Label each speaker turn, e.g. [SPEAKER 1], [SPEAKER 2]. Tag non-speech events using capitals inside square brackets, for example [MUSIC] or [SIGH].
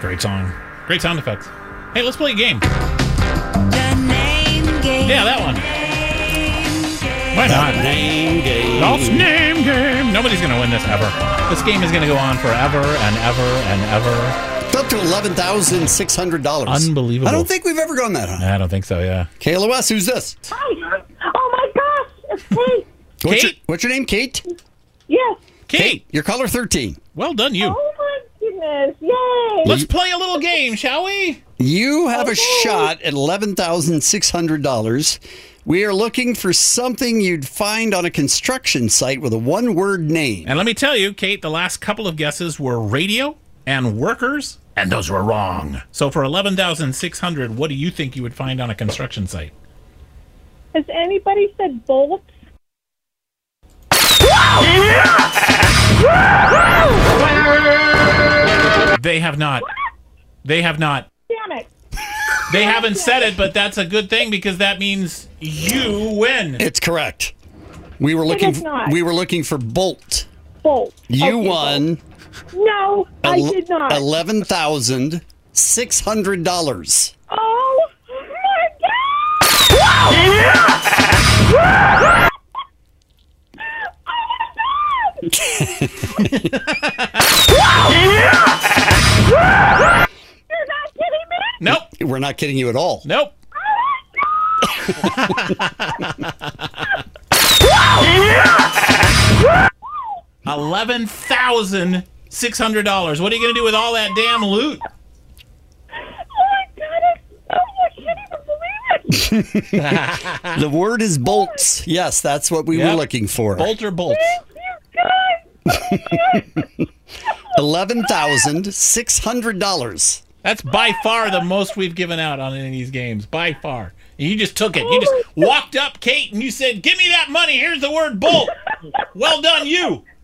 [SPEAKER 1] Great song. Great sound effects. Hey, let's play a game. Yeah, that one. Why not?
[SPEAKER 2] Name game.
[SPEAKER 1] Golf's name game. Nobody's gonna win this ever. This game is gonna go on forever and ever and ever.
[SPEAKER 2] It's up to eleven thousand six hundred dollars.
[SPEAKER 1] Unbelievable.
[SPEAKER 2] I don't think we've ever gone that high.
[SPEAKER 1] I don't think so. Yeah.
[SPEAKER 2] KLOS, who's this?
[SPEAKER 3] Hi. Oh my gosh, it's me.
[SPEAKER 2] What's your,
[SPEAKER 1] Kate?
[SPEAKER 2] what's your name, Kate?
[SPEAKER 3] yes.
[SPEAKER 1] Kate,
[SPEAKER 2] You're color thirteen.
[SPEAKER 1] well done, you.
[SPEAKER 3] Oh my goodness. Yay.
[SPEAKER 1] Let's play a little game, shall we?
[SPEAKER 2] You have a
[SPEAKER 3] Okay.
[SPEAKER 2] shot at eleven thousand six hundred dollars. We are looking for something you'd find on a construction site with a one-word name.
[SPEAKER 1] And let me tell you, Kate, the last couple of guesses were radio and workers, and those were wrong. So for 11,600, what do you think you would find on a construction site?
[SPEAKER 3] Has anybody said bolt?
[SPEAKER 1] They have not. They have not.
[SPEAKER 3] Damn it.
[SPEAKER 1] They haven't said it, but that's a good thing because that means you win.
[SPEAKER 2] It's correct. We were looking.
[SPEAKER 3] is not.
[SPEAKER 2] We were looking for Bolt.
[SPEAKER 3] Bolt.
[SPEAKER 2] You
[SPEAKER 3] Okay,
[SPEAKER 2] won
[SPEAKER 3] Bolt. No, I did not.
[SPEAKER 2] eleven thousand six hundred dollars.
[SPEAKER 3] oh my Oh, god. [LAUGHS] You're not kidding me.
[SPEAKER 1] Nope.
[SPEAKER 2] We're not kidding you at all.
[SPEAKER 1] Nope. Eleven thousand six hundred dollars. What are you gonna do with all that damn loot?
[SPEAKER 3] Oh my god. It's, oh, I can't even believe it.
[SPEAKER 2] The word is bolts. Yes, that's what we
[SPEAKER 1] Yep.
[SPEAKER 2] were looking for.
[SPEAKER 1] Bolt or bolts?
[SPEAKER 3] You guys.
[SPEAKER 2] Eleven thousand six hundred dollars.
[SPEAKER 1] That's by far the most we've given out on any of these games. By far. And you just took it. You just walked up, Kate, and you said, "Give me that money." Here's the word bolt. Well done, you.
[SPEAKER 3] Oh